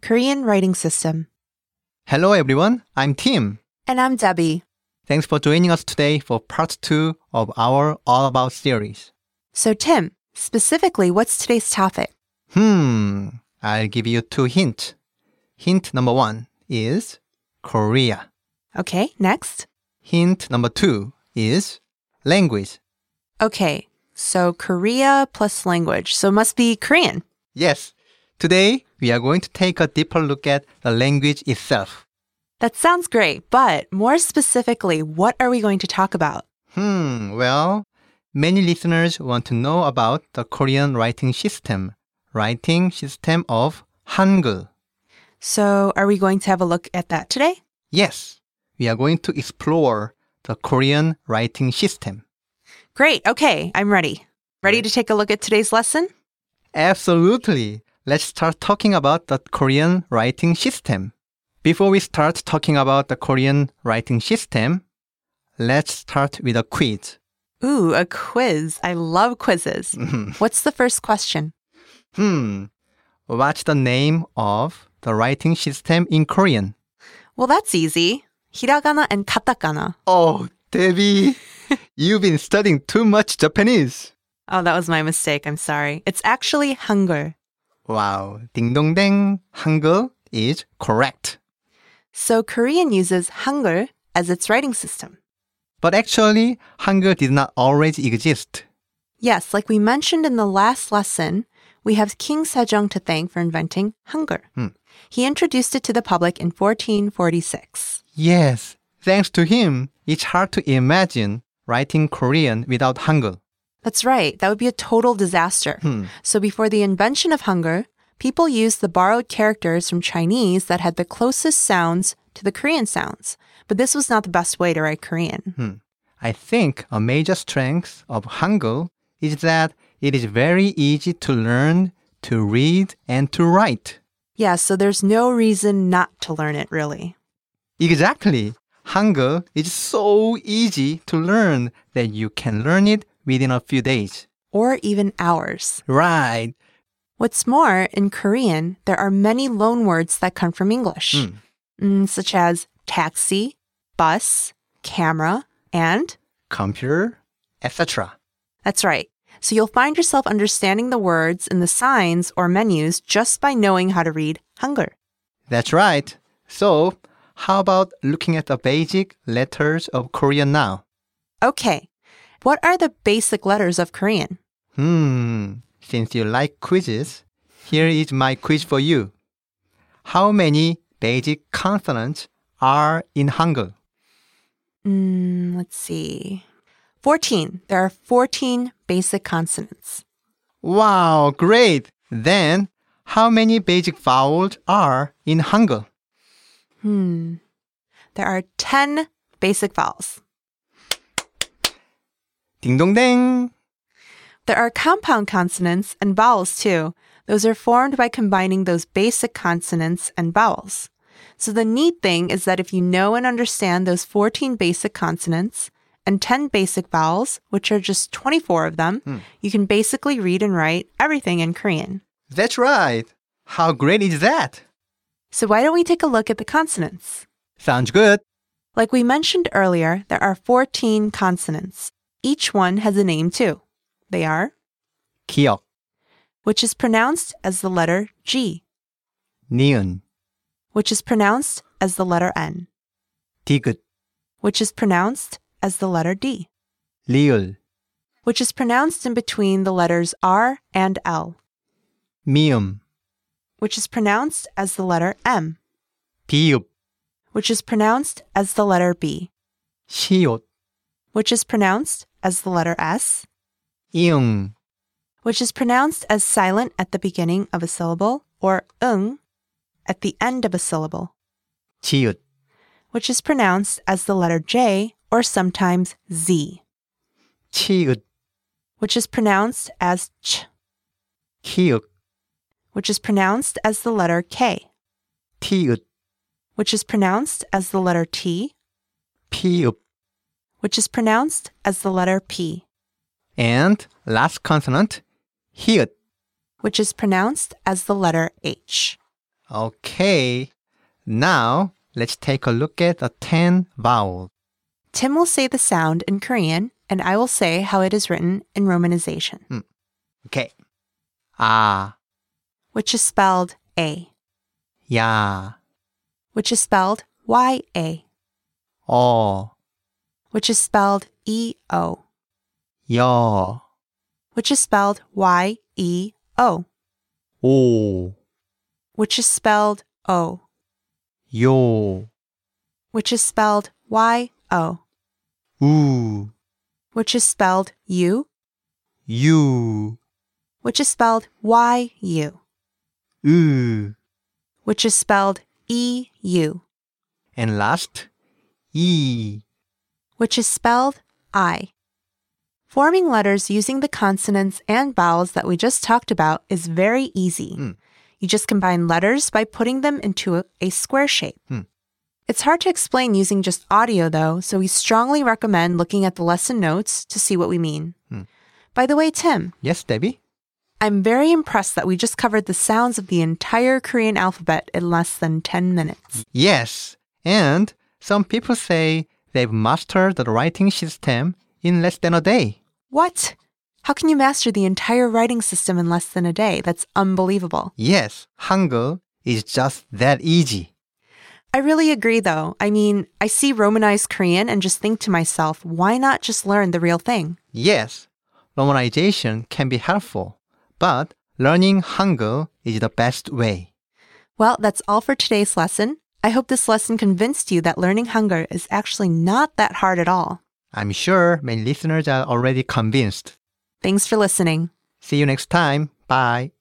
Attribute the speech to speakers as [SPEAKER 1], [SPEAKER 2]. [SPEAKER 1] Korean writing system.
[SPEAKER 2] Hello everyone, I'm Tim.
[SPEAKER 1] And I'm Debbie.
[SPEAKER 2] Thanks for joining us today for part two of our All About series.
[SPEAKER 1] So, Tim, specifically, what's today's topic?
[SPEAKER 2] Hmm, I'll give you two hints. Hint number one is Korea.
[SPEAKER 1] Okay, next.
[SPEAKER 2] Hint number two is language.
[SPEAKER 1] Okay, so Korea plus language. So, it must be Korean.
[SPEAKER 2] Yes, today we are going to take a deeper look at the language itself.
[SPEAKER 1] That sounds great, but more specifically, what are we going to talk about?
[SPEAKER 2] Hmm, well, many listeners want to know about the Korean writing system, writing system of Hangul.
[SPEAKER 1] So, are we going to have a look at that today?
[SPEAKER 2] Yes, we are going to explore the Korean writing system.
[SPEAKER 1] Great, okay, I'm ready. Ready to take a look at today's lesson?
[SPEAKER 2] Absolutely. Let's start talking about the Korean writing system. Before we start talking about the Korean writing system, let's start with a quiz.
[SPEAKER 1] Ooh, a quiz. I love quizzes. What's the first question?
[SPEAKER 2] Hmm. What's the name of the writing system in Korean?
[SPEAKER 1] Well, that's easy. Hiragana and katakana.
[SPEAKER 2] Oh, Debbie, you've been studying too much Japanese.
[SPEAKER 1] Oh, that was my mistake. I'm sorry. It's actually Hangul.
[SPEAKER 2] Wow, ding dong ding. Hangul is correct.
[SPEAKER 1] So Korean uses Hangul as its writing system.
[SPEAKER 2] But actually, Hangul did not always exist.
[SPEAKER 1] Yes, like we mentioned in the last lesson, we have King Sejong to thank for inventing Hangul.
[SPEAKER 2] Hmm.
[SPEAKER 1] He introduced it to the public in 1446.
[SPEAKER 2] Yes, thanks to him, it's hard to imagine writing Korean without Hangul.
[SPEAKER 1] That's right. That would be a total disaster. So before the invention of Hangul, people used the borrowed characters from Chinese that had the closest sounds to the Korean sounds. But this was not the best way to write Korean.
[SPEAKER 2] I think a major strength of Hangul is that it is very easy to learn, to read, and to write.
[SPEAKER 1] Yeah, so there's no reason not to learn it, really.
[SPEAKER 2] Exactly. Hangul is so easy to learn that you can learn it within a few days.
[SPEAKER 1] Or even hours.
[SPEAKER 2] Right.
[SPEAKER 1] What's more, in Korean, there are many loan words that come from English,
[SPEAKER 2] Hmm.
[SPEAKER 1] Mm, such as taxi, bus, camera, and
[SPEAKER 2] Computer, etc.
[SPEAKER 1] that's right. So you'll find yourself understanding the words in the signs or menus just by knowing how to read Hangul.
[SPEAKER 2] That's right. So, how about looking at the basic letters of Korean now?
[SPEAKER 1] Okay, what are the basic letters of Korean?
[SPEAKER 2] Hmm, since you like quizzes, here is my quiz for you. How many basic consonants are in Hangul?
[SPEAKER 1] Mm, let's see. 14. There are 14 basic consonants.
[SPEAKER 2] Wow, great! Then, how many basic vowels are in Hangul?
[SPEAKER 1] Hmm. There are 10 basic vowels.
[SPEAKER 2] Ding dong ding!
[SPEAKER 1] There are compound consonants and vowels too. Those are formed by combining those basic consonants and vowels. So the neat thing is that if you know and understand those 14 basic consonants and 10 basic vowels, which are just 24 of them, you can basically read and write everything in Korean.
[SPEAKER 2] That's right! How great is that?
[SPEAKER 1] So why don't we take a look at the consonants?
[SPEAKER 2] Sounds good.
[SPEAKER 1] Like we mentioned earlier, there are 14 consonants. Each one has a name too. They are,
[SPEAKER 2] 기억,
[SPEAKER 1] which is pronounced as the letter G.
[SPEAKER 2] 니은,
[SPEAKER 1] which is pronounced as the letter N,
[SPEAKER 2] 디귿,
[SPEAKER 1] which is pronounced as the letter D,
[SPEAKER 2] 리을,
[SPEAKER 1] which is pronounced in between the letters R and L,
[SPEAKER 2] 미음,
[SPEAKER 1] which is pronounced as the letter M,
[SPEAKER 2] 비읍,
[SPEAKER 1] which is pronounced as the letter B,
[SPEAKER 2] 시옷,
[SPEAKER 1] which is pronounced as the letter S,
[SPEAKER 2] 이응,
[SPEAKER 1] which is pronounced as silent at the beginning of a syllable or ung at the end of a syllable,
[SPEAKER 2] 지읒,
[SPEAKER 1] which is pronounced as the letter J or sometimes Z,
[SPEAKER 2] 치읒,
[SPEAKER 1] which is pronounced as ch,
[SPEAKER 2] 키읔,
[SPEAKER 1] which is pronounced as the letter K.
[SPEAKER 2] 티읒,
[SPEAKER 1] which is pronounced as the letter T,
[SPEAKER 2] 피읍.
[SPEAKER 1] which is pronounced as the letter P,
[SPEAKER 2] And last consonant, 히읗.
[SPEAKER 1] which is pronounced as the letter H.
[SPEAKER 2] Okay. Now let's take a look at the 10 vowels.
[SPEAKER 1] Tim will say the sound in Korean, and I will say how it is written in romanization,
[SPEAKER 2] Okay. 아,
[SPEAKER 1] which is spelled A,
[SPEAKER 2] 야,
[SPEAKER 1] which is spelled Y A,
[SPEAKER 2] 어,
[SPEAKER 1] which is spelled E O,
[SPEAKER 2] 여,
[SPEAKER 1] which is spelled Y E O,
[SPEAKER 2] 오,
[SPEAKER 1] which is spelled O,
[SPEAKER 2] 요,
[SPEAKER 1] which is spelled Y O,
[SPEAKER 2] 우,
[SPEAKER 1] which is spelled U,
[SPEAKER 2] 유,
[SPEAKER 1] which is spelled Y U,
[SPEAKER 2] 으.
[SPEAKER 1] which is spelled E U,
[SPEAKER 2] And last, 이,
[SPEAKER 1] which is spelled I. Forming letters using the consonants and vowels that we just talked about is very easy.
[SPEAKER 2] Mm.
[SPEAKER 1] You just combine letters by putting them into a, a square shape.
[SPEAKER 2] Mm.
[SPEAKER 1] It's hard to explain using just audio, though, so we strongly recommend looking at the lesson notes to see what we mean.
[SPEAKER 2] Mm.
[SPEAKER 1] By the way, Tim,
[SPEAKER 2] Yes, Debbie?
[SPEAKER 1] I'm very impressed that we just covered the sounds of the entire Korean alphabet in less than 10 minutes.
[SPEAKER 2] Yes. And some people say they've mastered the writing system in less than a day.
[SPEAKER 1] What? How can you master the entire writing system in less than a day? That's unbelievable.
[SPEAKER 2] Yes, Hangul is just that easy.
[SPEAKER 1] I really agree, though. I mean, I see Romanized Korean and just think to myself, why not just learn the real thing?
[SPEAKER 2] Yes, romanization can be helpful, but learning Hangul is the best way.
[SPEAKER 1] Well, that's all for today's lesson. I hope this lesson convinced you that learning Hangul is actually not that hard at all.
[SPEAKER 2] I'm sure many listeners are already convinced.
[SPEAKER 1] Thanks for listening.
[SPEAKER 2] See you next time. Bye.